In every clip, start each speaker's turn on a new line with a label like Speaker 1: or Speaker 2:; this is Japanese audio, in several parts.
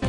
Speaker 1: 蘭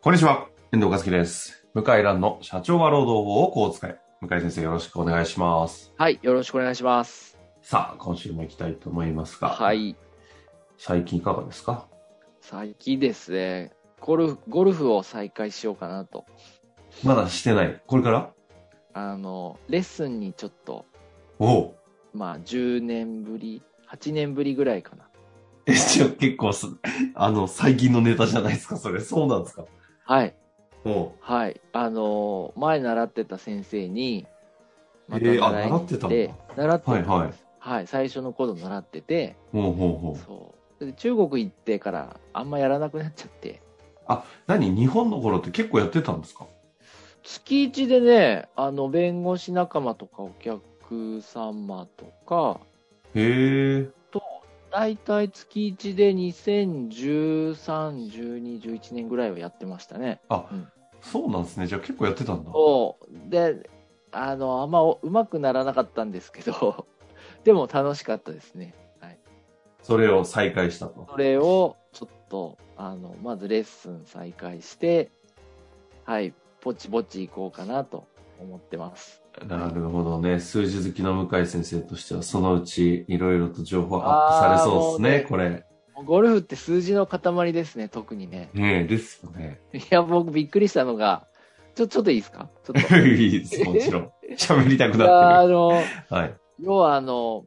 Speaker 2: こんにちは、遠藤和樹です。向井蘭の社長は労働法をこう使え。向井先生よろしくお願いします。
Speaker 3: はい、よろしくお願いします。
Speaker 2: さあ、今週も行きたいと思いますが、
Speaker 3: はい、
Speaker 2: 最近いかがですか
Speaker 3: 最近ですね、ゴルフ、ゴルフを再開しようかなと。
Speaker 2: まだしてない。これから
Speaker 3: あの、レッスンにちょっと、
Speaker 2: おおう。
Speaker 3: まあ、10年ぶり、8年ぶりぐらいかな。
Speaker 2: え、じゃあ結構す、 あの、最近のネタじゃないですか、それ。そうなんですか。
Speaker 3: はい、
Speaker 2: おう。
Speaker 3: はい。あの、前習ってた先生に、
Speaker 2: えーあ
Speaker 3: いに行
Speaker 2: 習って
Speaker 3: 習ってたんです。
Speaker 2: はい
Speaker 3: は
Speaker 2: はい
Speaker 3: い、最初の頃習ってて、
Speaker 2: ほうほうほう。
Speaker 3: そう。で中国行ってから、あんまやらなくなっちゃって、
Speaker 2: 何日本の頃って結構やってたんですか
Speaker 3: 月一でね、あの、弁護士仲間とかお客様とか、
Speaker 2: へえ。
Speaker 3: 大体月1で2013、12、11年ぐらいはやってましたね。
Speaker 2: あ、
Speaker 3: うん
Speaker 2: そうなんですね。じゃあ結構やってたんだ。
Speaker 3: そう。で、あの、あんまうまくならなかったんですけど、 でも楽しかったですね。
Speaker 2: それを再開したと。
Speaker 3: それを、ちょっと、あの、まずレッスン再開して、はい、ぼちぼち行こうかなと思ってます。
Speaker 2: なるほどね。数字好きの向井先生としては、そのうちいろいろと情報アップされそうですね、
Speaker 3: あー
Speaker 2: これ。
Speaker 3: ゴルフって数字の塊ですね、特にね。
Speaker 2: ねえ、ですよね。
Speaker 3: いや、僕びっくりしたのが、ちょ、ちょっといいですかちょ っと。い
Speaker 2: いいです、もちろん。喋りたく
Speaker 3: や、
Speaker 2: なっ
Speaker 3: あの、
Speaker 2: てる。はい。
Speaker 3: 要はあの、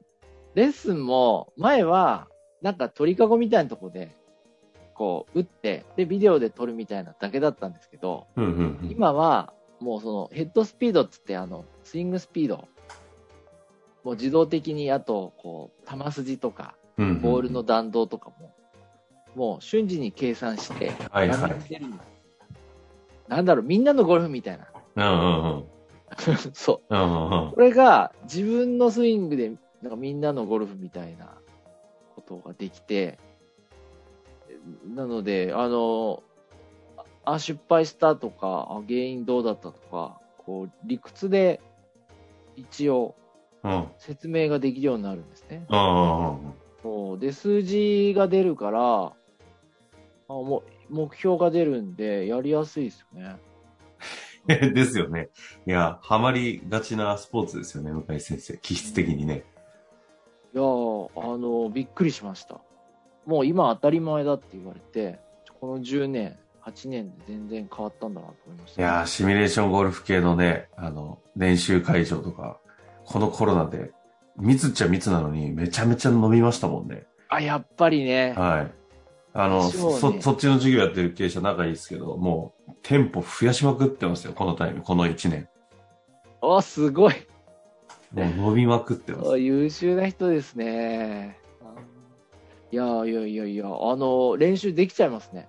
Speaker 3: レッスンも、前は、なんか鳥かごみたいなとこで、こう、打って、で、ビデオで撮るみたいなだけだったんですけど、
Speaker 2: うんうんうん。
Speaker 3: 今は、もうその、ヘッドスピードっつって、あの、スイングスピード。もう自動的に、あと、こう、球筋とか、
Speaker 2: うんうん
Speaker 3: ボールの。弾道とかも、もう瞬時に計算して、
Speaker 2: はいはい
Speaker 3: 画面してるんですなんだろう、みんなのゴルフみたいな。
Speaker 2: うんうんうん。
Speaker 3: そ
Speaker 2: う
Speaker 3: う。
Speaker 2: んうんうん
Speaker 3: これが自分のスイングでなんかみんなのゴルフみたいなことができて、なので、あの、あ、失敗したとか、あ原因どうだったとか、こう、理屈で一応
Speaker 2: うんうん
Speaker 3: 説明ができるようになるんですね。
Speaker 2: うんうん。
Speaker 3: そうで、数字が出るから、あもう目標が出るんで、やりやすいですよね。
Speaker 2: ですよね。いや、ハマりがちなスポーツですよね、向井先生。気質的にね。
Speaker 3: いやーあのびっくりしました。もう今当たり前だって言われて、この10年、8年で全然変わったんだなと思いまし
Speaker 2: い
Speaker 3: た。
Speaker 2: やー、シミュレーションゴルフ系のね、あの、練習会場とか、このコロナで、密っちゃ密なのに、めちゃめちゃ飲みましたもんね。
Speaker 3: あ、やっぱりね。
Speaker 2: はい。あの、
Speaker 3: そうね
Speaker 2: そ、そっちの授業やってる経営者仲いいですけど、もう、店舗増やしまくってますよ、このタイム、この1年。
Speaker 3: お、すごい。
Speaker 2: もう伸びまくってます。
Speaker 3: お優秀な人ですね。いやーいやいやいや、あの練習できちゃいますね。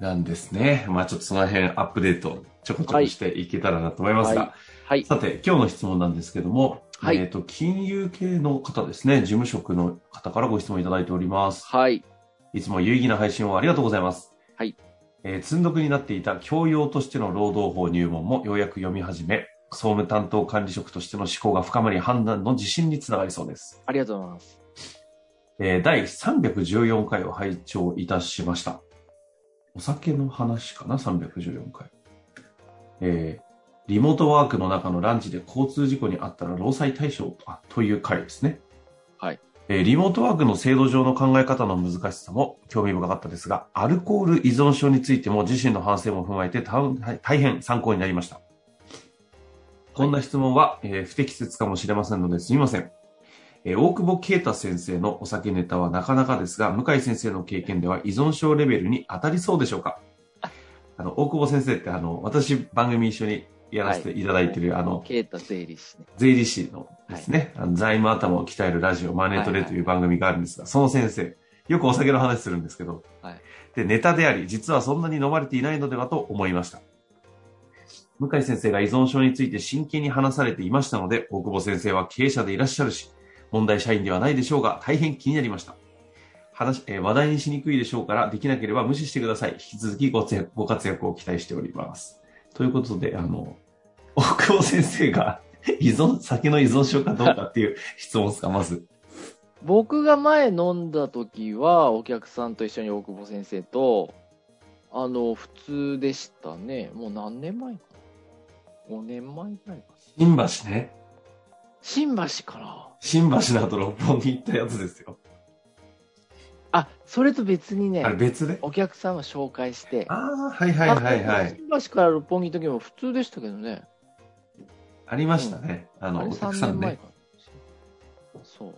Speaker 2: なんですね。まあちょっとその辺アップデートちょこちょこしていけたらなと思いますが、
Speaker 3: はいはい。
Speaker 2: さて、今日の質問なんですけども、
Speaker 3: はい
Speaker 2: えっ、と、金融系の方ですね、事務職の方からご質問いただいております。
Speaker 3: はい。
Speaker 2: いつも有意義な配信をありがとうございます。
Speaker 3: はい。
Speaker 2: えー、積んどくになっていた教養としての労働法入門もようやく読み始め、総務担当管理職としての思考が深まり判断の自信につながりそうです。
Speaker 3: ありがとうございます。
Speaker 2: えー、第314回を拝聴いたしました。お酒の話かな ?314 回。えーリモートワークの中のランチで交通事故にあったら労災対象あという回ですね。
Speaker 3: はい。
Speaker 2: えーリモートワークの制度上の考え方の難しさも興味深かったですが、アルコール依存症についても自身の反省も踏まえてた大大変参考になりました。こんな質問は、えー不適切かもしれませんのですみません。えー大久保啓太先生のお酒ネタはなかなかですが、向井先生の経験では依存症レベルに当たりそうでしょうかあの、大久保先生って、あの、私、番組一緒にやらせていただいてる、あの、
Speaker 3: ケータ税理士ね。
Speaker 2: 税理士のですね、あの財務頭を鍛えるラジオ、マネートレという番組があるんですが、その先生、よくお酒の話するんですけど、
Speaker 3: はい
Speaker 2: でネタであり、実はそんなに飲まれていないのではと思いました。向井先生が依存症について真剣に話されていましたので、大久保先生は経営者でいらっしゃるし、問題社員ではないでしょうが、大変気になりました。話、えー話題にしにくいでしょうから、できなければ無視してください。引き続きごつご活躍を期待しております。ということで、あの、大久保先生が 依存、酒の依存症かどうかっていう質問ですか、まず。
Speaker 3: 僕が前飲んだ時は、お客さんと一緒に大久保先生と、あの、普通でしたね。もう何年前かな ?5 年前ぐらいかな。
Speaker 2: 新橋ね。
Speaker 3: 新橋かな
Speaker 2: 新橋の後六本木行ったやつですよ。
Speaker 3: あ、それと別にね
Speaker 2: あ、れ別で
Speaker 3: お客さんは紹介して、
Speaker 2: ああ、はいはいはいはい。
Speaker 3: あ新橋から六本木の時も普通でしたけどね。
Speaker 2: ありましたね。あ
Speaker 3: あ
Speaker 2: の、
Speaker 3: れ
Speaker 2: お
Speaker 3: 3
Speaker 2: 客さ
Speaker 3: 年
Speaker 2: ん
Speaker 3: 前
Speaker 2: ね。
Speaker 3: かな。そう。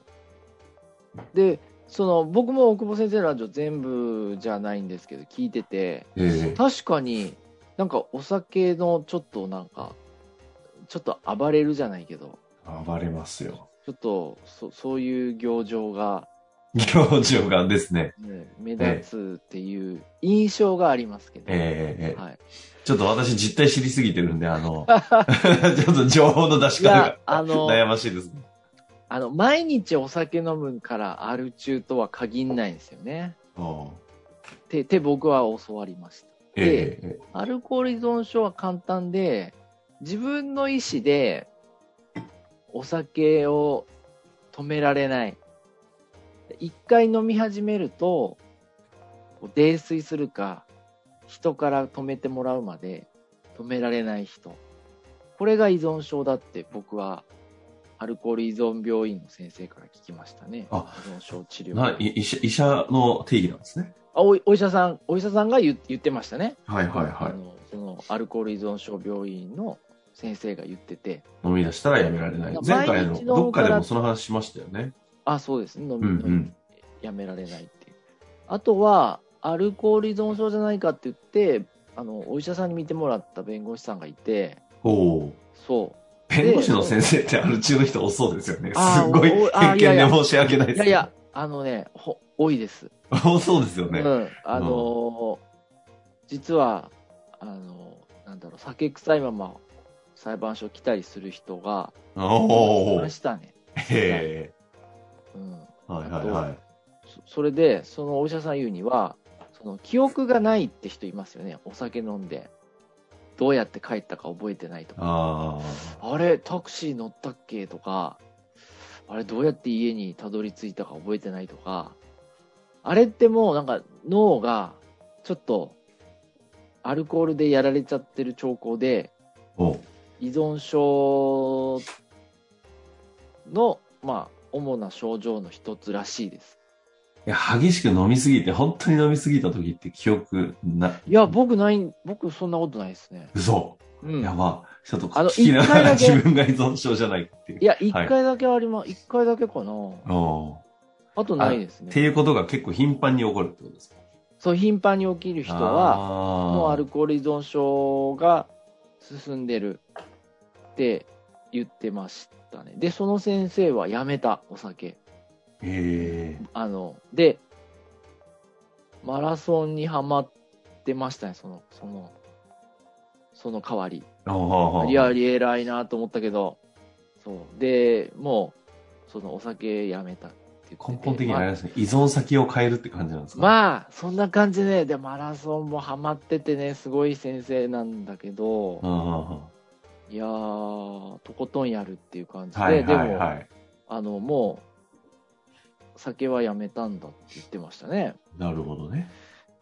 Speaker 3: で、その、僕も大久保先生のラジオ全部じゃないんですけど、聞いてて、
Speaker 2: ええ
Speaker 3: 確かになんかお酒のちょっとなんか、ちょっと暴れるじゃないけど、
Speaker 2: 暴れますよ。
Speaker 3: ちょっとそそういう行情が、
Speaker 2: 行情がですね。
Speaker 3: ね、目立つっていう印象がありますけど、
Speaker 2: ええ
Speaker 3: はい、
Speaker 2: ちょっと私実態知りすぎてるんで、あ の、ちょっと情報の出し
Speaker 3: い
Speaker 2: 方
Speaker 3: や
Speaker 2: が、
Speaker 3: あの、
Speaker 2: 悩ましいですね。
Speaker 3: あの、毎日お酒飲むからアル中とは限んないんですよね。
Speaker 2: おう
Speaker 3: って、って僕は教わりました。
Speaker 2: ええええ
Speaker 3: アルコール依存症は簡単で、自分の意思でお酒を止められない。一回飲み始めると、こう泥酔するか、人から止めてもらうまで止められない人。これが依存症だって僕はアルコール依存病院の先生から聞きましたね。依
Speaker 2: あ
Speaker 3: 存症治療。
Speaker 2: な医医者医者の定義なんですね。
Speaker 3: あおお医者さん、お医者さんが言言ってましたね。
Speaker 2: はい
Speaker 3: あのそのアルコール依存症病院の先生が言ってて、
Speaker 2: い。飲み出したらやめられない。前
Speaker 3: 毎日
Speaker 2: 回
Speaker 3: 飲
Speaker 2: の、
Speaker 3: む
Speaker 2: どっかで
Speaker 3: か
Speaker 2: も
Speaker 3: ら
Speaker 2: その話しましたよね。
Speaker 3: あ、そうですね、
Speaker 2: う
Speaker 3: 飲み
Speaker 2: んうん。
Speaker 3: やめられないっていう。あとは、アルコール依存症じゃないかって言って、あのお医者さんに見てもらった弁護士さんがいて、
Speaker 2: おう
Speaker 3: そ
Speaker 2: 弁護士の先生ってアル中の人多そうですよね。
Speaker 3: あ
Speaker 2: す
Speaker 3: ー
Speaker 2: ごい
Speaker 3: おおあー
Speaker 2: 偏見
Speaker 3: いやい
Speaker 2: で
Speaker 3: や
Speaker 2: 申し訳ないで
Speaker 3: う、
Speaker 2: す
Speaker 3: い
Speaker 2: けど。
Speaker 3: やいや、あのね、ほ多いです。
Speaker 2: 多そうですよね。
Speaker 3: うん、あのー実は、あのーなんだろう、酒臭いまま裁判所来たりする人が、い
Speaker 2: おお
Speaker 3: ま。したね。
Speaker 2: へえ。
Speaker 3: うん
Speaker 2: はいはいはい。
Speaker 3: そそれで、そのお医者さん言うには、その記憶がないって人いますよね、お酒飲んで、どうやって帰ったか覚えてないとか、
Speaker 2: あ
Speaker 3: あれ、タクシー乗ったっけとか、あれ、どうやって家にたどり着いたか覚えてないとか、あれってもうなんか脳がちょっとアルコールでやられちゃってる兆候で、
Speaker 2: あ。おう
Speaker 3: 依存症の、まあ、主な症状の一つらしいです。
Speaker 2: いや、激しく飲みすぎて、本当に飲みすぎた時って記憶な、
Speaker 3: いや、僕ない、僕そんなことないですね。
Speaker 2: 嘘。
Speaker 3: うん。
Speaker 2: や
Speaker 3: い
Speaker 2: ば。ちょっと
Speaker 3: あの
Speaker 2: 聞きながら
Speaker 3: 一回
Speaker 2: 自
Speaker 3: だけ
Speaker 2: 分が依存症じゃないっていう。
Speaker 3: や、一回だけあります。一、回だけかな。
Speaker 2: おう
Speaker 3: あとないです
Speaker 2: って
Speaker 3: ね。
Speaker 2: いうことが結構頻繁に起こるってことですか
Speaker 3: そう、頻繁に起きる人は、もうアルコール依存症が進んでるって言ってましたね。で、その先生はやめた、お酒。
Speaker 2: へえ
Speaker 3: あの、で、マラソンにはまってましたね、その、その、その代わり。
Speaker 2: ああ
Speaker 3: いや、偉いなと思ったけど、そう。で、もう、そのお酒やめたって言ってて
Speaker 2: 根本的にあれ
Speaker 3: まあ
Speaker 2: ですね、依存先を変えるって感じなんですかあ、
Speaker 3: まあ、そんな感じで、で、マラソンもハマっててね、すごい先生なんだけど、
Speaker 2: あ
Speaker 3: いやー、とことんやるっていう感じ
Speaker 2: あ
Speaker 3: で、
Speaker 2: はいはい
Speaker 3: でも、
Speaker 2: はい。
Speaker 3: あの、もう、酒はやめたんだって言ってましたね。
Speaker 2: なるほどね。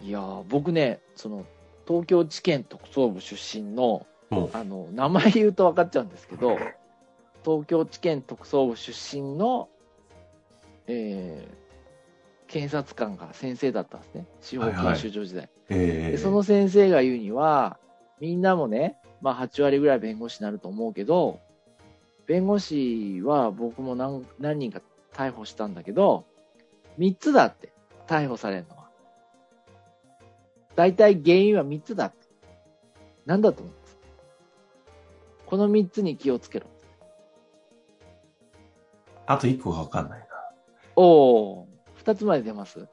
Speaker 3: いやー、僕ね、その、東京地検特捜部出身の、
Speaker 2: も
Speaker 3: あの、名前言うと分かっちゃうんですけど、東京地検特捜部出身の、えー検察官が先生だったんですね。司法研修所時代。
Speaker 2: う、え
Speaker 3: で
Speaker 2: え
Speaker 3: その先生が言うには、みんなもね、まあ8割ぐらい弁護士になると思うけど、弁護士は僕も何何人か逮捕したんだけど、3つだって、逮捕されるのは。大体原因は3つだって。なんだと思うこの3つに気をつけろ。
Speaker 2: あと一個がわかんないな。
Speaker 3: おお、2つまで出ます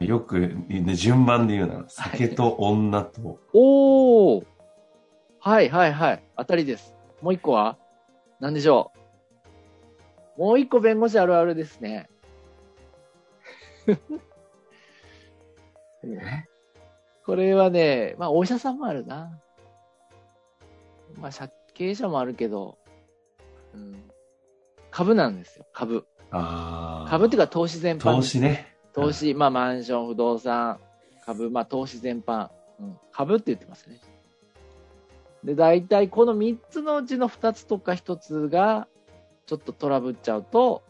Speaker 2: よく、ね、順番で言うなら、酒と女と、
Speaker 3: おーはいはいはい。当たりです。もう一個は何でしょうもう一個弁護士あるあるで すね。これはね、まあお医者さんもあるな。まあ借景者もあるけど、うん、株なんですよ、株。
Speaker 2: あー
Speaker 3: 株っていうか投資全般
Speaker 2: 投
Speaker 3: です。
Speaker 2: 資ね。
Speaker 3: 投資、まあマンション、不動産、株、まあ投資全般。うん、株って言ってますね。で、大体この3つのうちの2つとか1つが、ちょっとトラブっちゃうと、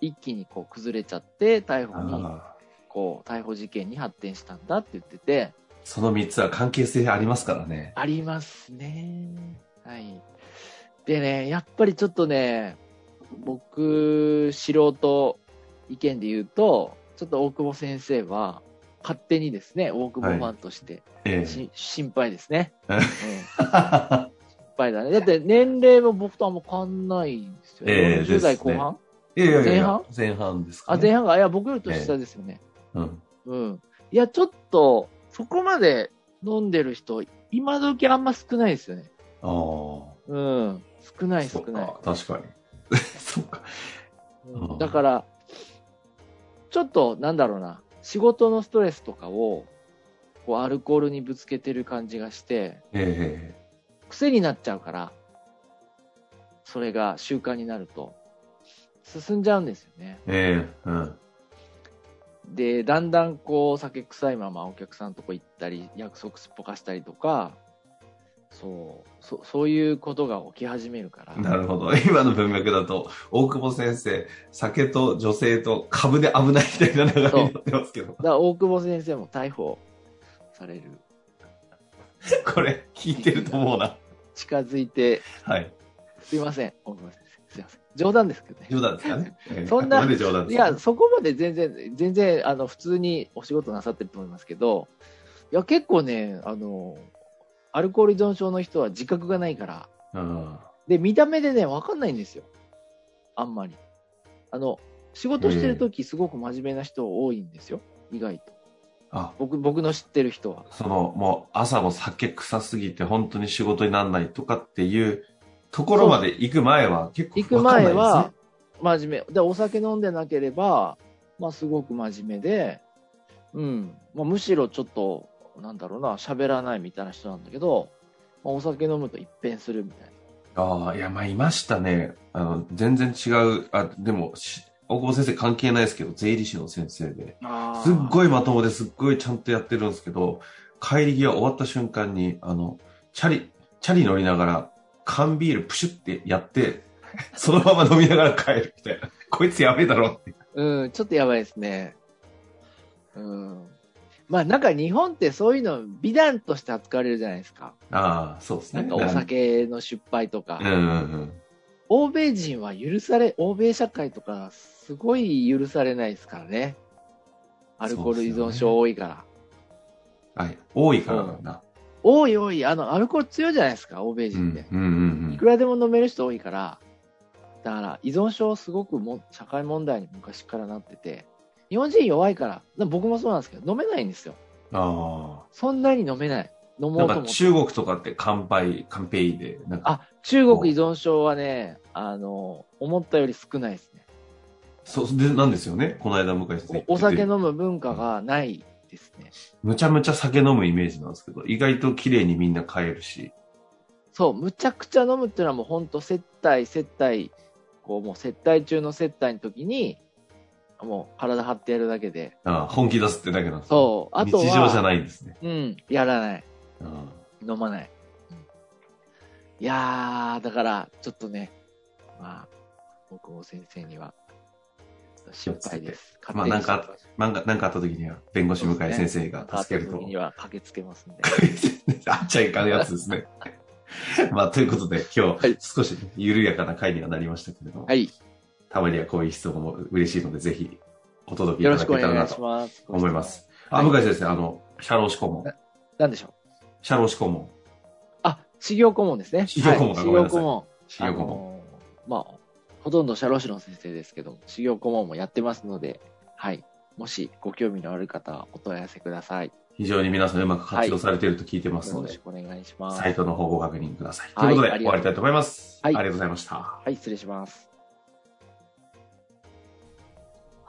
Speaker 3: 一気にこう崩れちゃって、逮捕に、
Speaker 2: あー
Speaker 3: こう、逮捕事件に発展したんだって言ってて、
Speaker 2: その3つは関係性ありますからね。
Speaker 3: ありますね。はい。でね、やっぱりちょっとね、僕、素人意見で言うと、ちょっと大久保先生は、勝手にですね、大久保ファンとして、
Speaker 2: ええ。
Speaker 3: し心配ですね。
Speaker 2: え
Speaker 3: うん心配だね。だって年齢も僕とあんま変わんないんですよね。
Speaker 2: ええ
Speaker 3: 10代
Speaker 2: ですね
Speaker 3: 後半、
Speaker 2: いやいやいや
Speaker 3: 前半
Speaker 2: 前半ですか、
Speaker 3: あ、
Speaker 2: ね。
Speaker 3: 前半が、いや、僕より年下ですよね。
Speaker 2: うん。
Speaker 3: うん。いや、ちょっと、そこまで飲んでる人、今時あんま少ないですよね。
Speaker 2: ああ。
Speaker 3: うん。少ない少ない。
Speaker 2: そっか確かに。 そっか。うん
Speaker 3: だから、ちょっと、なんだろうな、仕事のストレスとかを、こう、アルコールにぶつけてる感じがして、
Speaker 2: え
Speaker 3: 癖になっちゃうから、それが習慣になると、進んじゃうんですよね。
Speaker 2: えええうん。
Speaker 3: で、だんだんこう、酒臭いままお客さんとこ行ったり、約束すっぽかしたりとか、そう、そそういうことが起き始めるから。
Speaker 2: なるほど。 今の文脈だと、大久保先生、酒と女性と株で危ないみたいな流れになってますけど、
Speaker 3: だから大久保先生も逮捕される。
Speaker 2: これ聞いてると思うな。
Speaker 3: 近づいて、
Speaker 2: はい。
Speaker 3: すいません、大久保先生。すいません。冗談ですけどね。
Speaker 2: 冗談ですか ね。ええ
Speaker 3: そんな
Speaker 2: あくまで冗談
Speaker 3: い
Speaker 2: ですか
Speaker 3: や、そこまで全然、全然、あの、普通にお仕事なさってると思いますけど、いや、結構ね、あの、アルコール依存症の人は自覚がないから、
Speaker 2: うん。
Speaker 3: で、見た目でね、わかんないんですよ。あんまり。あの、仕事してるとき、すごく真面目な人多いんですよ。意外と。
Speaker 2: あ、
Speaker 3: 僕、僕の知ってる人は。
Speaker 2: その、もう朝も酒臭すぎて本当に仕事にならないとかっていうところまで行く前は結構
Speaker 3: 行く
Speaker 2: わかんない
Speaker 3: 前
Speaker 2: ですね
Speaker 3: は、真面目。で、お酒飲んでなければ、まあ、すごく真面目で、うん。まあ、むしろちょっと、なんだろうな、喋らないみたいな人なんだけど、まあ、お酒飲むと一変するみたいな。
Speaker 2: ああ、いや、まあ、いましたね。あの、全然違う。あ、でも、し大久保先生関係ないですけど、税理士の先生で。すっ
Speaker 3: い。
Speaker 2: ごいまともですっごいちゃんとやってるんですけど、帰り際終わった瞬間に、あの、チャリ、チャリ乗りながら、缶ビールプシュってやって、そのまま飲みながら帰るみたいな。こいつやべえだろって。
Speaker 3: うん、ちょっとやばいですね。うん。まあ、なんか日本ってそういうの美談として扱われるじゃないですか。
Speaker 2: ああ、そうです
Speaker 3: な
Speaker 2: ね。
Speaker 3: んかお酒の失敗とか。
Speaker 2: うんうんうん。
Speaker 3: 欧米人は許され、欧米社会とか、すごい許されないですからね。アルコール依存症多いから。
Speaker 2: はい。多いからなんだ。
Speaker 3: 多い多い、あの、アルコール強いじゃないですか、欧米
Speaker 2: う
Speaker 3: 人って
Speaker 2: ん。うんう
Speaker 3: い
Speaker 2: ん
Speaker 3: くらでも飲める人多いから、だから依存症すごくも社会問題に昔からなってて、日本人弱いから、な僕もそうなんですけど、飲めないんですよ。
Speaker 2: うん。あ
Speaker 3: そんなに飲めない。飲
Speaker 2: あ。
Speaker 3: も
Speaker 2: な
Speaker 3: うんと思
Speaker 2: か
Speaker 3: って。
Speaker 2: 中国とかって乾杯、乾杯で、なんか、
Speaker 3: あ、中国依存症はね、あの、思ったより少ないですね。
Speaker 2: そう、で、なんですよね。この間向井先生言ってて
Speaker 3: おお酒飲む文化がないですね。
Speaker 2: むちゃむちゃ酒飲むイメージなんですけど、意外と綺麗にみんな帰るし。
Speaker 3: そう、むちゃくちゃ飲むっていうのはもう本当接待、接待、こうもう接待中の接待の時に、もう体張ってやるだけで。
Speaker 2: ああ、本気出すってだけなんですね
Speaker 3: そう、あとは。
Speaker 2: 日常じゃ
Speaker 3: い。
Speaker 2: ないんですね。
Speaker 3: うん、やらない。
Speaker 2: うん
Speaker 3: 飲まない。うんいやー、だから、ちょっとね、まあ、僕も先生には、心配です。
Speaker 2: まあなんか
Speaker 3: 勝手に心
Speaker 2: なん
Speaker 3: 配
Speaker 2: か、なんかあった時には、弁護士向井先生が助ける
Speaker 3: なんかあった
Speaker 2: と。
Speaker 3: 時には駆けつけますんで。
Speaker 2: あっちゃいかんやつですね。 まあ、ということで、今
Speaker 3: はい
Speaker 2: 日、少し緩やかな回にはなりましたけれども、
Speaker 3: はい。
Speaker 2: たまにはこういう質問も嬉しいので、ぜひ、お届けい
Speaker 3: よ
Speaker 2: ただ
Speaker 3: ろし
Speaker 2: け
Speaker 3: くお
Speaker 2: たら
Speaker 3: 願
Speaker 2: ない
Speaker 3: し
Speaker 2: と
Speaker 3: ます。
Speaker 2: 思います。。
Speaker 3: は
Speaker 2: あ、
Speaker 3: い
Speaker 2: 向井先生、あの、社労士顧問、
Speaker 3: 何でしょう
Speaker 2: 社労士顧問、
Speaker 3: あ、修行顧問です ね。
Speaker 2: 修行顧問
Speaker 3: は
Speaker 2: だ
Speaker 3: い、
Speaker 2: ごめんなさい
Speaker 3: 修行顧問。
Speaker 2: 信用顧問。
Speaker 3: あのーまあ、ほとんど社労士の先生ですけども、修行顧問もやってますので、はい。もしご興味のある方はお問い合わせください。
Speaker 2: 非常に皆さんうまく活用されていると聞いてます
Speaker 3: よ
Speaker 2: の
Speaker 3: ろ
Speaker 2: で、
Speaker 3: しくお願いします。
Speaker 2: サイトの方ご確認ください。
Speaker 3: はい
Speaker 2: ということで、終わりたいと思います。
Speaker 3: はい
Speaker 2: ありがとうございました。
Speaker 3: はい、失礼します。